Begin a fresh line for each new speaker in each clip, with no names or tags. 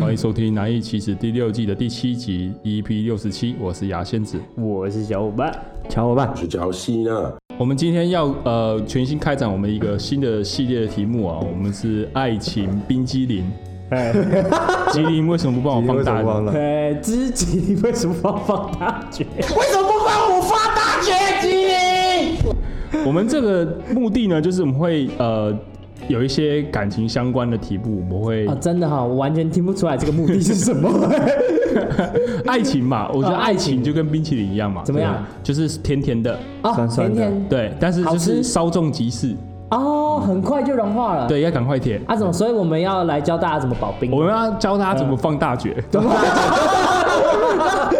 欢迎收听《难易启齿》第六季的第七集 EP 六十七，我是牙仙子。
我是小伙伴，
小伙伴
我，是乔西
啊
呢，
我们今天要呃全新开展我们一个新的系列的题目啊，我们是爱情冰激凌。
哎，
吉林为什么不帮我放大
你为什么忘
呢？
了
呃，知己你为什么要放大决？
我们这个目的呢，就是我们会呃有一些感情相关的题目，我们会
啊，真的哈、我完全听不出来这个目的是什么。
爱情嘛，我觉得
啊
爱
爱情
情就跟冰淇淋一样嘛，
怎么样
对吧？就是甜甜的，
啊，
酸酸
甜
的
甜
对，但是就
好
是
吃
稍纵即逝，
哦，很快就融化了。
对，要赶快舔。
啊，怎么？所以我们要来教大家怎么保冰。
我们要教大家怎么放大决。
嗯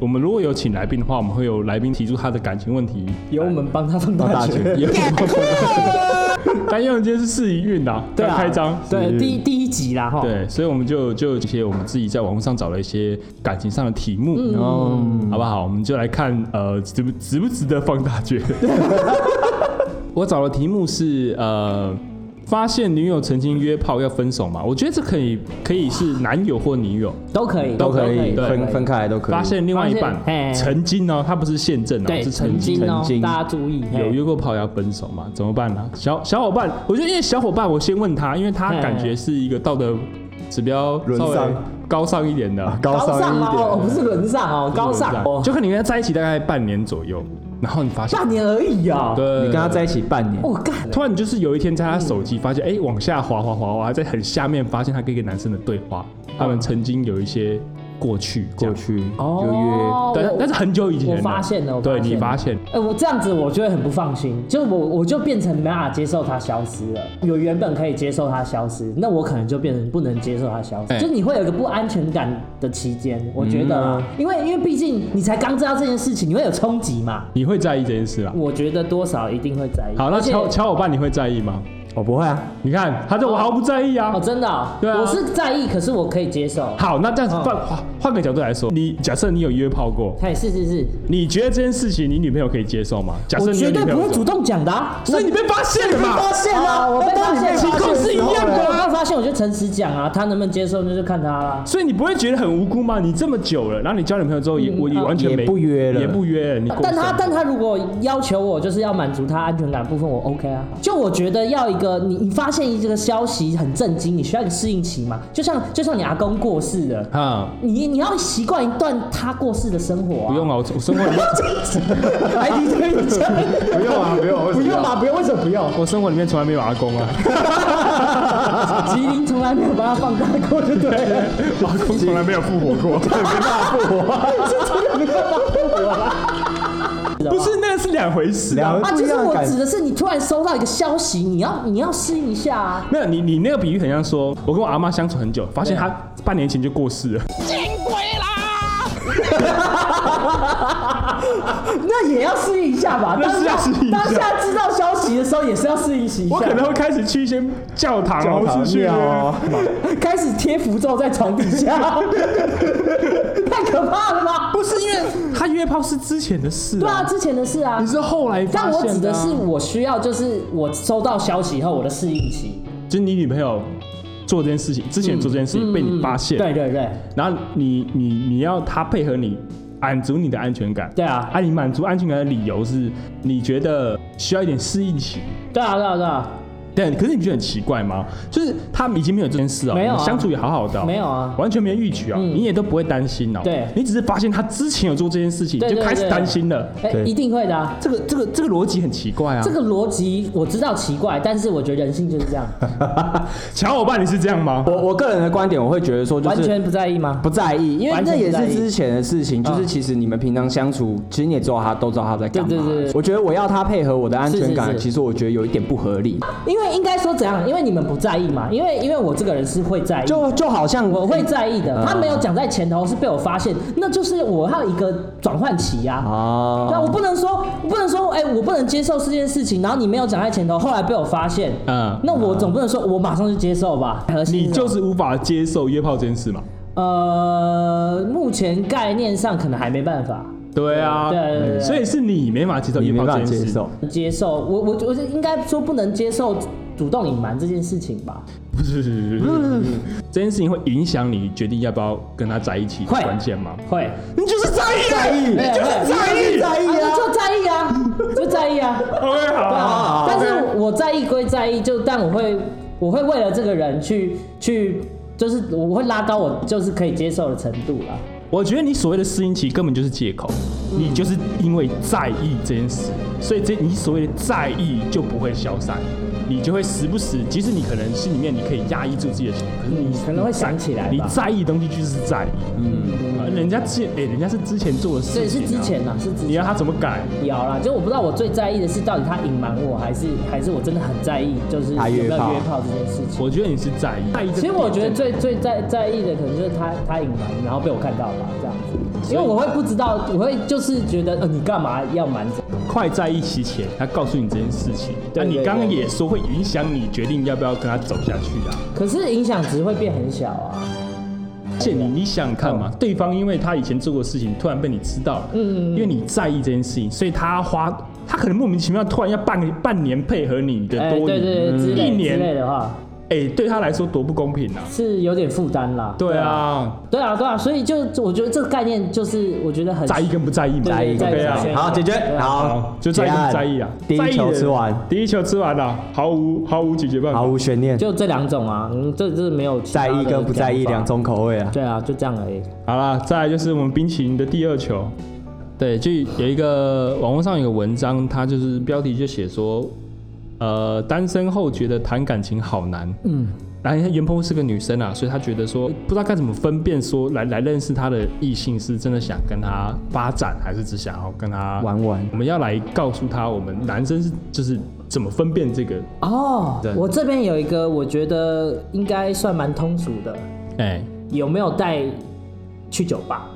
我们如果有请来宾的话，我们会有来宾提出他的感情问 题，
由我们帮他放
放
大
大
决。
决
也有但因为今天是试营运呐，
对
刚
啊，
开张，
对，第一第一集啦哈。
对，所以我们就就一些我们自己在网络上找了一些感情上的题目，
嗯
好不好？我们就来看呃，值不值不值得放大 决？我找的题目是呃，发现女友曾经约炮要分手嘛？我觉得这可以可以是男友或女友。
都可以，
都可以对
分分开来都可以。
发现另外一
发现
半哦
嘿
曾经呢，他不是现正啊，
对，
是
曾
曾经
经哦
曾，经
大家注意。嘿
有约过炮要分手嘛？怎么办呢、小小伙伴，我觉得因为小伙伴，我先问他，因为他
嘿
感觉是一个道德指标
沦
稍微
丧
高尚一点的，
高
高
尚
尚
一
哦，
点，
不是沦丧哦，高尚哦，
就可能跟他在一起大概半年左右，然后你发现，
半年而已啊。
对，
你跟他在一起半年，
我干，
突然你就是有一天在他手机发现，哎、往下滑滑滑滑，在很下面发现他跟一个男生的对话，他们曾经有一些过去，这
过
样，
去
哦
就
对
我，
但是很久以前
我发现了我发
对
现了
你发现，
哎、我这样子我就会很不放心，就我我就变成没办法接受它消失了。有原本可以接受它消失，那我可能就变成不能接受它消失，
哎
就你会有一个不安全感的期间。我觉得
嗯
啊，因为因为毕竟你才刚知道这件事情，你会有冲击嘛。
你会在意这件事啦。
我觉得多少一定会在意。
好，那
而且
乔乔伙伴你会在意吗？
约，我不会啊，
你看，他对我毫不在意啊
哦，。真的哦、
对啊
我是在意，可是我可以接受。
好，那这样子
嗯
换换换个角度来说，你假设你有约炮过，
哎，是是是，
你觉得这件事情你女朋友可以接受吗？假设
我
你有
绝
女
对
朋
不
友
会
说
主动讲的、啊。
所以你被发现了嘛？
现
啊我被发现了
情况是一样
对，我
的。
刚发现我就诚实讲啊，他能不能接受那就看他啦、
所以你不会觉得很无辜吗？你这么久了，然后你交女朋友之后也、我也完全
也
没
不约了
也不约了，你
嗯啊但他
过生
但他如果要求我就是要满足他安全感的部分，我 OK 啊。就我觉得要一个你你发现一这个消息很震惊，你需要一个适应期嘛。就像就像你阿公过世了，
啊、
你你要习惯一段他过世的生活啊。
不用啊，我我生活里 面
哎，你这个
不用啊，不 用，不用吧，不用，为什么不用？
我生活里面从来没有阿公啊，
吉林从来没有把他放大过，对不对了？
阿公啊从来没有复活 过， 不是那是两回事啊。
两
啊，就是
不一样的
我
感
指的是你突然收到一个消息，你要你要适应一下啊。
没有你你那个比喻很像说，我跟我阿妈相处很久，发现
啊
她半年前就过世了，
那也要适应一下吧。
那
当
是要
下
适应一下
当下知道消息的时候，也是要适应一下。
我可能会开始去一些教堂啊，
教
或
堂
是去
庙啊
开始贴符咒在床底下， 太可怕了吧？
不是因为他约炮是之前的事、
对啊，之前的事啊
你。是后来发
但
现、啊、
我指的是，我需要就是我收到消息以后我的适应期。
就是你女朋友做这件事情，之前做这件事
嗯
情被你发现，
对对对，
然后你你你要他配合你，满足你的安全感。
对啊
啊，你满足安全感的理由是你觉得需要一点适应期。
对啊对啊对啊，
但可是你不觉得很奇怪吗？就是他们已经没有这件事哦，
没有啊
你相处也好好的哦、
没有啊
完全没预期哦，你也都不会担心哦。
对
你只是发现他之前有做这件事情，
对
你就
对
开始
对
担心了。
哎，
对
一定会的啊。
这个这个这个逻辑很奇怪啊。
这个逻辑我知道奇怪，但是我觉得人性就是这样，
小伙伴，你是这样
啊
吗？
我我个人的观点，我会觉得说，就
完
是
全不在意吗？
不在意，因为
完
那
全
也
不在
是
意嗯
之前的事情，就是其实你们平常相处，其实你也知道他都知道他在干嘛。
对对对对
我觉得我要他配合我的安全
是
感，
是是
其实我觉得有一点不合理，
因为应该说怎样？因为你们不在意嘛，因为因为我这个人是会在意的，
就就好像
我会在意的。
嗯
他没有讲在前头，是被我发现，那就是我要一个转换期呀、
哦
啊。
啊
对啊，我不能说，我不能说，哎、我不能接受这件事情，然后你没有讲在前头，后来被我发现，
嗯
那我总不能说我马上就接受吧？核心
你
什么
就是无法接受约炮这件事嘛？
呃，目前概念上可能还没办法
对啊，
对对对对
所以是你没法接受
你
约
没
炮
办法
这件
接
事。
受。
接受，我我我是应该说不能接受主动隐瞒这件事情吧？
不是不是不是不是不是， 这件事情会影响你决定要不要跟他在一起的
会
关键吗？
会，
你就是在意，在意，
没有会
在意，
在
啊，
意啊
那！就在意啊，就在意啊。
OK，好好好，
但是我在意归在意，就但我会我会为了这个人去去，就是我会拉高我就是可以接受的程度啦。
我觉得你所谓的适应期根本就是借口，你就是因为在意这件事，所以这你所谓的在意就不会消散，你就会时不时，即使你可能心里面你可以压抑住自己的情绪，可是
嗯
你
可能会想起来吧
你在意的东西就是在意，嗯，啊人家之哎，人家是之前做的
所
事
以是
情啊，
之前呐，是之
你
前
要他怎么改？
聊啦，就我不知道我最在意的是到底他隐瞒我，还是还是我真的很在意，就是有
他
没有约
约炮
炮这件事情。
我觉得你是在意，在意这个
其实我
点
觉得
真的
最最在在意的可能就是他他隐瞒，然后被我看到吧，这样子。因为我会不知道，我会就是觉得，呃，你干嘛要瞒着？
快在一起前，他告诉你这件事情，
对
但你
对
刚刚
对
也说会影响你决定要不要跟他走下去啊。
可是影响值会变很小啊。
而且你你想想看
嗯
嘛，对方因为他以前做过的事情，突然被你知道了，嗯，因为你在意这件事情，所以他花他可能莫名其妙突然要半个半年配合你的
哎、
多嗯
对对对，之
一
类之类
年，
的话，
哎，对他来说多不公平啊！
是有点负担啦。
对啊，
对啊，对啊，所以就我觉得这个概念就是，我觉得很
在意跟不在意嘛，
在意
在
OK 啊
在。意
好，解决
对，啊
好
好，，
就在意
结
跟
案
不在意啊。
第
在
一
意的
球吃完，
第一球吃完了，毫无毫无解决办
毫
法。
无悬念，
就这两种啊，嗯，这这没有其他
在
的
意跟不在意
讲法
两。种口味啊。
对啊，就这样而已。
好啦，再来就是我们冰淇淋的第二球。对，就有一个网络上有个文章，它就是标题就写说，呃，单身后觉得谈感情好难。嗯，然后袁鹏是个女生啊，所以她觉得说不知道该怎么分辨说来来认识她的异性是真的想跟她发展，还是只想要跟她
玩玩
我们要来告诉她，我们男生是就是怎么分辨这个，
哦
对，
我这边有一个，我觉得应该算蛮通俗的，
哎、
有没有带去酒吧？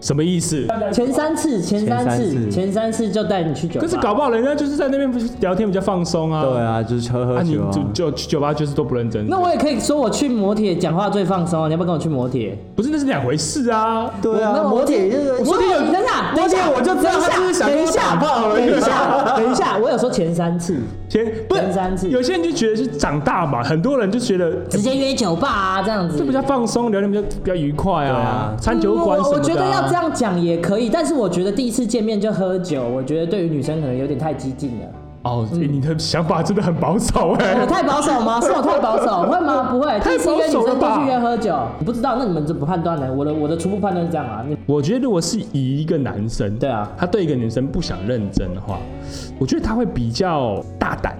什么意思？
前三次，前三次，
前三次
前三次就带你去酒
可
吧。
是搞不好人家就是在那边聊天比较放松啊。
对啊，就是喝
啊，
喝
你
酒啊
就。就去酒吧就是都不认真。
那我也可以说我去摩铁讲话最放松啊，你要不要跟我去摩铁？
不是，那是两回事啊。
对啊，
那我
摩铁就是
我
摩铁有
等一下，
摩铁我就知道他就是想跟
等一
我打
下，
炮而已。
等一 下，等一下，我有说前三次，
嗯前不
前三
是
次
有些人就觉得是长大嘛，很多人就觉得
直接约酒吧啊，这样子
这比。较放松，聊天比较比较愉快啊，
对啊
餐酒
嗯
馆什
我
么的啊。
我觉得要这样讲也可以，但是我觉得第一次见面就喝酒，我觉得对于女生可能有点太激进 了。
哦，欸你的想法真的很保守 哎、
我太保守吗？是我太保守，会吗？不会，第
太
一次
保
约女
守了
生
吧
都去约喝酒，你不知道，那你们怎么判断呢？我的我的初步判断是这样啊，你
我觉得如果是以一个男生，
对啊
他对一个女生不想认真的话，我觉得他会比较大胆，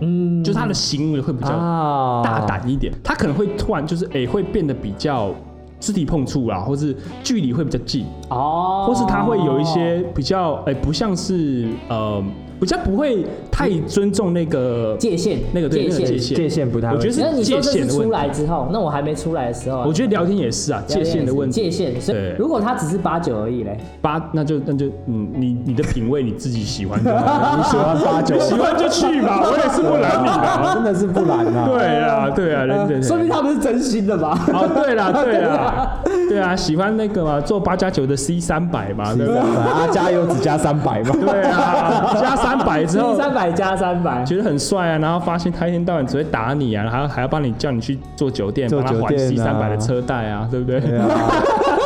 嗯，
就是他的行为会比较
啊
大胆一点，他可能会突然就是哎、欸会变得比较肢体碰触啊，或是距离会比较近。
哦，
或是他会有一些比较，哎、不像是呃，比较不会太尊重那个
界限，
那个对
界
那个界
限。
限，
界限不太会
我觉得
那
是
你说
界
这
限
是
的问
出
题。
来之后，那我还没出来的时候啊，
我觉得聊天也是啊，界限的问题。
界限。所以
对
如果他只是八九而已嘞，
八，那就那就嗯，你你的品味你自己喜欢就 好，
你喜欢八九
你，喜欢就去吧， 我也是不拦你的。
啊真的是不拦啊。
对啊，对啊，人对
说
对
明。他们是真心的吧？
哦，对啦，对啦，对啊，喜欢那个嘛，做八加九的 C 三百嘛，对不对？
啊，加油只加三百嘛。
对啊，加三百之 后，
三百加三百，
觉得很帅啊，然后发现他一天到晚只会打你啊，然后还要帮你叫你去做酒店，
做
帮他
酒
还
店啊
C 三百的车贷啊，对不对？
对啊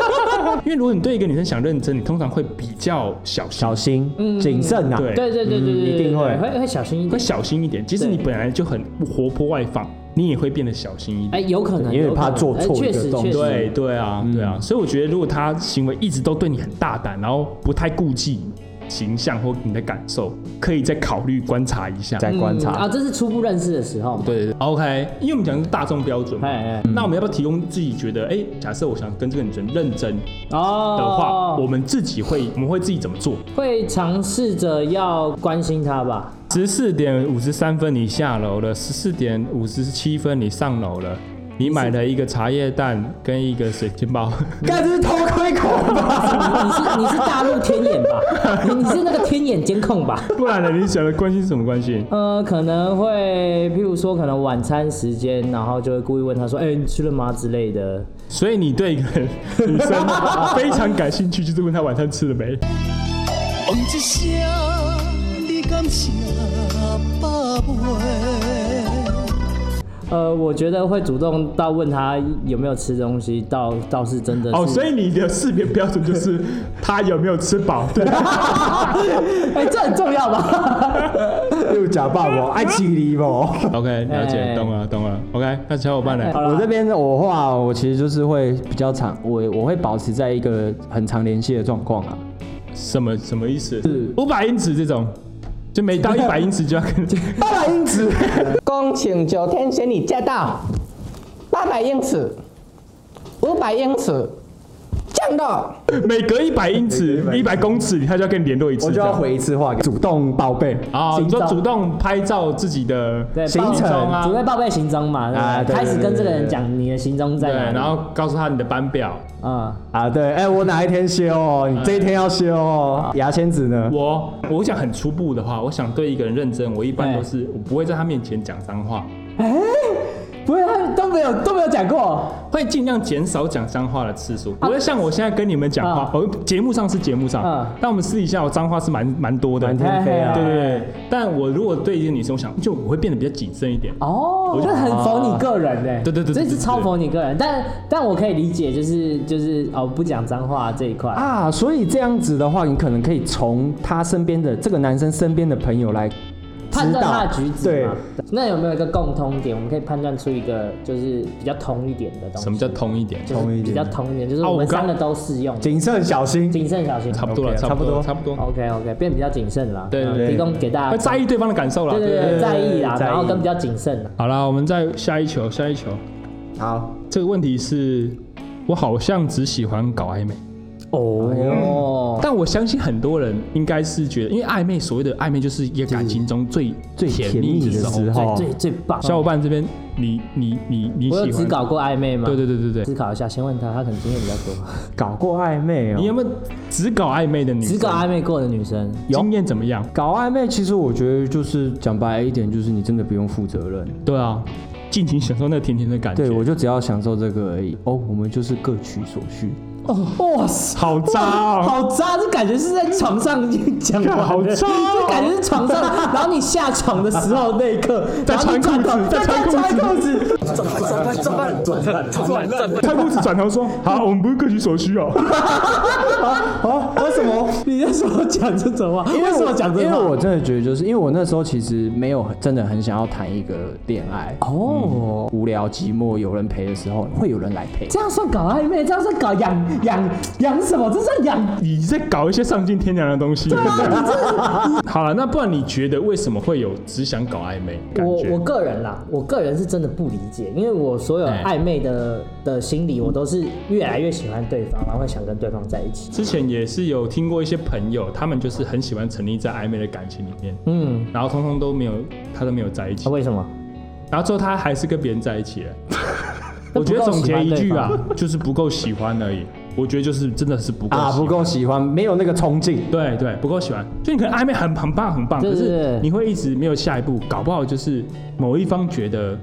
因为如果你对一个女生想认真，你通常会比较小心，
小心，
嗯
谨慎啊。
对
对对对对对，
一定会
对会会小心一
会
点。
小心一点。即使
对
你本来就很活泼外放，你也会变得小心一
哎，
点。
有可能，
因为
有可能
怕做错
哎确
一个
实
动
确实
作
对对
嗯
啊，对啊，所以我觉得如果他行为一直都对你很大胆，然后不太顾忌形象或你的感受，可以再考虑观察一下。
再观
嗯啊，
察。
这是初步认识的时候嘛。
对对对，OK，因为我们讲的是大众标准嘛，
哎哎
那我们要不要提供自己觉得，哎、假设我想跟这个女生认真
哦
的话，我们自己会，我们会自己怎么做？
会尝试着要关心他吧。
十四点五十三分你下楼了，十四点五十七分你上楼了，你买了一个茶叶蛋跟一个水煎包，
干这是偷窥狂吧？
你是你是大陆天眼吧？你你是那个天眼监控吧？
不然呢？你想的关心是什么关心？
呃，可能会，譬如说，可能晚餐时间，然后就会故意问他说：“哎、你吃了吗？”之类的。
所以你对一个人女生 非常感兴趣，就是问她晚餐吃了没？
问一声，你敢吃饱未？
呃，我觉得会主动到问他有没有吃东西，倒倒是真的是。
哦，所以你的识别标准就是他有没有吃饱，对，
哎、这很重要 吧？
又假霸王，爱奇艺不？
OK，了解，
哎
懂了，懂了。OK，那小伙伴呢
好？啦
我这边的我话，我其实就是会比较长，我我会保持在一个很长联系的状况啊。
什么什么意思？五百英尺这种，就每到一百英尺就要 跟。
八百英尺，恭请九天玄女驾到。八百英尺，五百英尺，降落。
每隔一百英尺、一百公尺，他就要跟你联络一次。
我就
这
要
样
回一次话，主动报备
啊，你说
行照
主动拍照自己的
对，
行
报
程啊哎
准，备报备行踪嘛，对不对
啊对
开始
对
跟这个
对
人
对
讲你的行踪在
对，
哪里，
然后告诉他你的班表。
嗯，
啊。对，哎、我哪一天休哦？你这一天要休哦。牙签子呢？
我我讲很初步的话，我想对一个人认真，我一般
哎
都是我不会在他面前讲脏话，
不是他都没有都没有讲过，
会尽量减少讲脏话的次数。不会像我现在跟你们讲话
啊，
我节目上是节目上
啊，
但我们私底下我脏话是蛮蛮多的。
满天飞啊！
对对对，但我如果对一个女生，我想就我会变得比较谨慎一点。
哦
我，就
这很否你个人哎、
对对对对对
这是超否你个人，但但我可以理解，就是就是哦不讲脏话这一块，
啊，所以这样子的话，你可能可以从他身边的这个男生身边的朋友来
判
指
断他
导
的举止
对
嘛，那有没有一个共通点，我们可以判断出一个就是比较同一点的东西？
什么叫通一点？
就是比较同一点，就是
啊
我
我
们
刚
三个都适用，
谨慎小心。
谨慎小心。
差不多了，
OK，
差不多，差
差
不多，
OK OK，变比较谨慎了，
对对
嗯
对
提供给大家
会在意对方的感受啦。
对对对，
对
在意啦，
在意
然后跟比较谨慎啦。
好啦，我们再下一球，下一球。
好，
这个问题是，我好像只喜欢搞暧昧，
哎
嗯
哦，
但我相信很多人应该是觉得，因为暧昧所谓的暧昧就是一个感情中最
最
甜
甜蜜
的
的时
候。
候
最，最棒。
小伙伴这边，你你你你
嗯我有
喜
只
欢？
搞过暧昧吗？
对对对对
思
对，
考一下，先问他，他可能经验比较 多。
搞过暧昧哦。
你有没有只搞暧昧的女生？
只搞暧昧过的女生，
经验怎么样？
搞暧昧，其实我觉得就是讲白一点，就是你真的不用负责任。
对啊，尽情享受那甜甜的感觉。
对，我就只要享受这个而已。哦，我们就是各取所需。
哇塞，
好渣 哦！
好渣！这感觉是在床上讲完的，
好渣哦
这感觉是 床上，然后你下床的时候那一刻，
在穿裤子
然后你
在
转头
穿
对在穿裤子，
他裤子转头 说：“好，我们不是各取所需哦。”
啊？为什么？
你那时候讲这种话，为
我
什么讲这
因为
种话？
我真的觉得，就是因为我那时候其实没有很真的很想要谈一个恋爱哦、无聊寂寞有人陪的时候，会有人来陪。
这样算搞暧昧，这样算搞养养养什么？这算养？
你在搞一些丧尽天良的东西。
啊
好了，那不然你觉得为什么会有只想搞暧昧感
我
觉？
我个人啦，我个人是真的不理解，因为我所有
哎
暧昧的的心理，我都是越来越喜欢对方，然后会想跟对方在一起。
之前也是有听过一些朋友，他们就是很喜欢沉溺在暧昧的感情里面，
嗯，啊
然后通通都没有，他都没有在一起，
为什么？
然后最后他还是跟别人在一起了。
那
我
不
觉
够
得总结一句啊
喜，
就是不够喜欢而已。我觉得就是真的是不够
啊，
喜欢
不够喜欢，没有那个冲劲。
对对，不够喜欢，就你可能暧昧很很棒很棒，
对
可
对
是
对
你会一直没有下一步，搞不好就是某一方觉得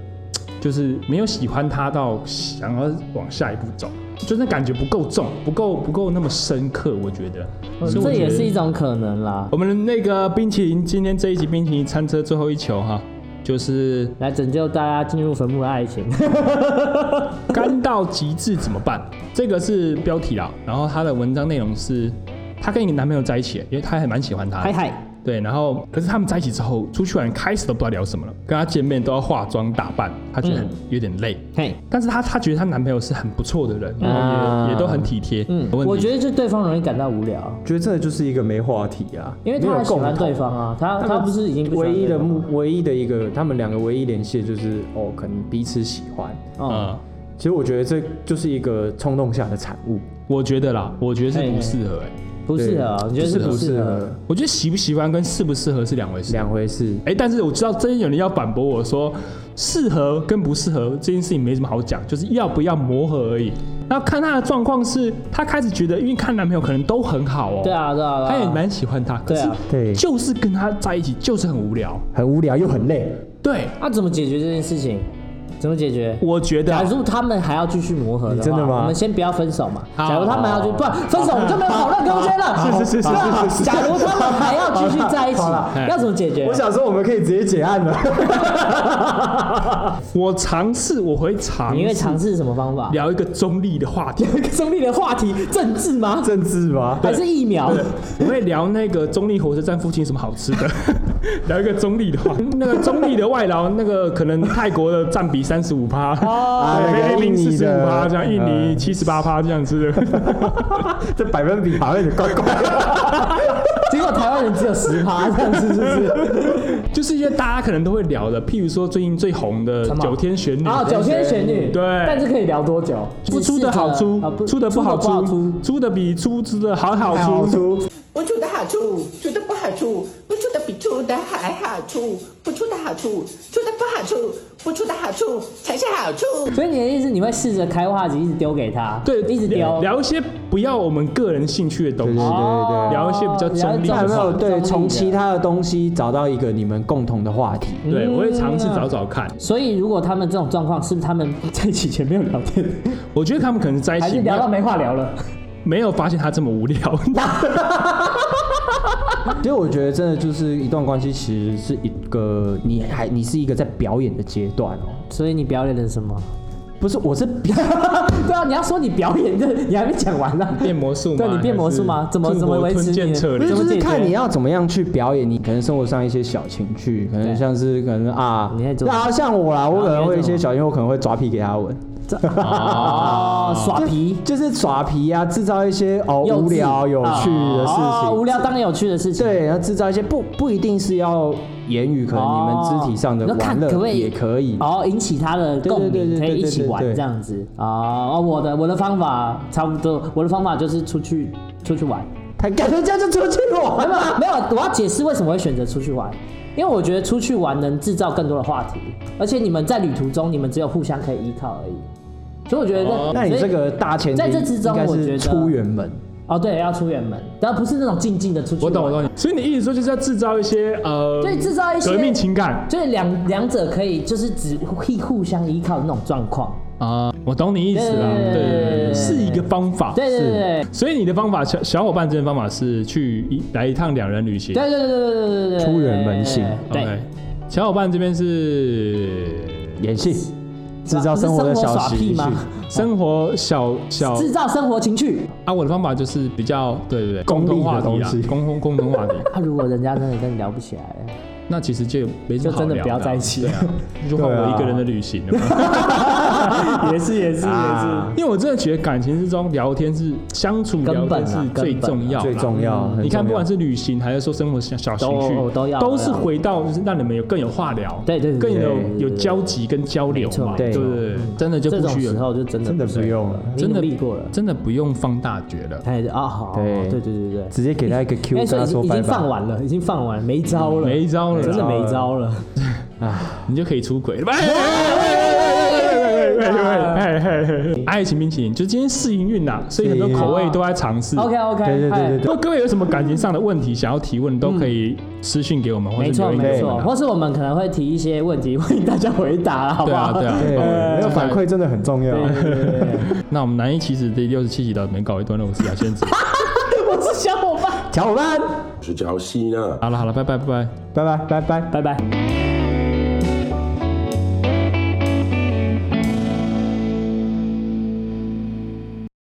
就是没有喜欢他到想要往下一步走，就是那感觉不够重，不够不够那么深刻，我觉得。所以我
哦这也
觉得
是一种可能啦。
我们那个冰淇淋，今天这一集冰淇淋餐车最后一球哈，就是
来拯救大家进入坟墓的爱情。
干到极致怎么办？这个是标题啦，然后她的文章内容是她跟一个男朋友在一起，因为她还蛮喜欢他的。
嗨嗨，
对，然后可是他们在一起之后，出去玩开始都不知道聊什么了，跟他见面都要化妆打扮，她觉得很、
嗯
有点累。
嘿，
但是她她觉得她男朋友是很不错的人，然后
啊
也也都很体贴。
嗯，
问题
我觉得就对方容易感到无聊，
觉得这就是一个没话题啊，
因为他还喜欢对方啊，他
没有共同。
他不是已经不喜欢
唯一
对
的
方
目，唯一的一个，他们两个唯一联系的就是哦，可能彼此喜欢。
哦，
呃，
其实我觉得这就是一个冲动下的产物，
我觉得啦，我觉得是
嘿
不适合、欸。
不适合啊，我觉得是
不
不适
适
合
合？
我觉得喜不喜欢跟适不适合是两回事。
两回事。
哎、但是我知道真有人要反驳我说，适合跟不适合这件事情没什么好讲，就是要不要磨合而已。然后看她的状况是，她开始觉得，因为看男朋友可能都很好哦、
对啊，对啊，对啊
她也蛮喜欢他，可
对
是
啊
对
就是跟他在一起就是很无聊。
很无聊又很累。
对，
那怎么解决这件事情？怎么解决？
我觉得
假
啊
如他们还要继续磨合的话，
你真的吗
我们先不要分手嘛。
好
假如他们还要继续，不然分手我们就没有讨论空间了。
是是是
对啊
是是是
假如他们还要继续在一起
好了，
要怎么解决
我？想说我们可以直接结案了。
我尝试，我会尝
你会尝
试
试什么方 法？
聊一个中立的话题，
中立的话题，政治吗？
政治吧，
还是疫苗？
我会聊那个中立火车站附近有什么好吃的， 聊一个中立的话，那个中立的外劳，那个可能泰国的占比三十五趴，
啊那个
菲律宾
印
四
尼
十
的
五趴，这样印尼
嗯
七十八趴这样子。
这百分比好像有点怪怪的。
结果台湾人只有十趴，这样是不是？
就是一些大家可能都会聊的，譬如说最近最红的
什么
九天玄女，
啊，九天玄女，
对
但是可以聊多久？
不出的好出
啊，
出的不好
出得
出，出的比出出的还好出。
出
我出的好处，出的不好处，不出的比出的还好处，不出的好处，出的不好处，不出的好处才是好处。
所以你的意思，你会试着开话题，一直丢给他，
对，
一直
聊
丢，
聊一些不要我们个人兴趣的东
对
西
对。
哦
聊一些比较中立的
那有没有对从其？
中立的
他的东西找到一个你们共同的话题？
对，我会尝试找找看。
所以，如果他们这种状况，是不是他们在一起前没有聊天，
我觉得他们可能在一
还
起
是聊到没话聊了？
没有发现他这么 无聊。
其实我觉得真的就是一段关系，其实是一个你还你是一个在表演的阶段哦，
所以你表演了什么？
不是我是表
对啊，你要说你表演的，你还没讲完呢、
变魔术吗？
对你变魔术吗
还是
怎么怎么维持
吞剑
你
策
不
略
是
怎么
就是
解决
看你要怎么样去表演，你可能生活上一些小情趣，可
对
能像是可能啊
你在，做什么
那像我啦，我可能会一些小情趣，我可能会抓屁给他闻。
啊
哦，耍皮。
就是耍皮啊，制造一些哦
幼稚
无聊有趣的事
哦，无
情。
聊当然有趣的事情。
对，然后制造一些不不一定是要言语，可能你
哦
们肢体上的
你说看
玩
可不
乐
可以
也可以。
哦，引起他的共
对
鸣，
对对对
可以一
对
起
对
玩
对
这样子哦。哦，我的我的方法差不多，我的方法就是出去出去玩。
他感觉这样就出去
没
玩
有
了。
没有，我要解释为什么会选择出去玩，因为我觉得出去玩能制造更多的话题，而且你们在旅途中，你们只有互相可以依靠而已。所以我觉得，
哦
那你这个大前提
在这之中
应该
我觉得
是出远门，
哦，对，要出远门，但不是那种静静的出去。
我懂我懂。。所以你意思说就是要制造一些呃，
对，制造一些
革命情感
就是两两者可以就是只互互相依靠的那种状况。
啊。我懂你意思了，
对
对
对对
对
对
对，是一个方法。
对对对对对。
所以你的方法，小小伙伴之间的方法是去一来一趟两人旅行。
对对对对对对对对，
出远门行
对
o，k 小伙伴这边是
演戏，制造生活的小
耍
情
屁
绪。
吗？
生活小小
制造生活情趣。
啊，我的方法就是比较对对对，
功
共
利
同话
的
题
东
啊
西，
共同共同话题，
啊，如果人家真的跟你聊不起来，
那其实就没什
就
么好
真的
聊
不要在一起
对啊，就换我一个人的旅 行啊了。
也是也是
啊
因为我真的觉得感情之中聊天是相处聊
根本
天
啊
是最
根本啊
重要啦，
最重要，很
你看，
重
不管
要
是旅行还是说生活小小情
都
绪，
都要
都是
都要
回到就是让你们有更有话聊，
对对对
更
对
有
对对
有
对
交集跟交流
没错
嘛，
没
对
错
对对，真的就
这
不
种
需
时
要，
候就真的
真的
不
不
是
用了，
你
真
努
的
力过了。
真的不用放大觉了。
哎啊好，
对
对对对对。
直接给他一个
因
Q，
为
跟
哎所以
他
已经
说
已
拜
经
拜
放。完了，已经放完，没招了，
没招了
真的没招了。
你就可以出轨了。爱情冰淇淋就今天试营运呐，所以很多口味都在尝试。
OK OK，
对对对对
如果各位有什么感情上的问题想要提问，都可以私信给我们，或
没
者
错
留言
没
给我
错，
们
或
啊。
是我们可能会提一些问题， 欢迎大家回答啦，好不
对啊
好？
对 啊，
对，
呃
没有反馈真的很重要。
哦对 对对对对
那我们难以启齿第六十七集到这边告一段落，我是雅 轩子。
我是小伙伴，
小伙伴，
是叫西呢。啊
好了好了，拜拜拜拜。
拜拜拜拜。
拜拜。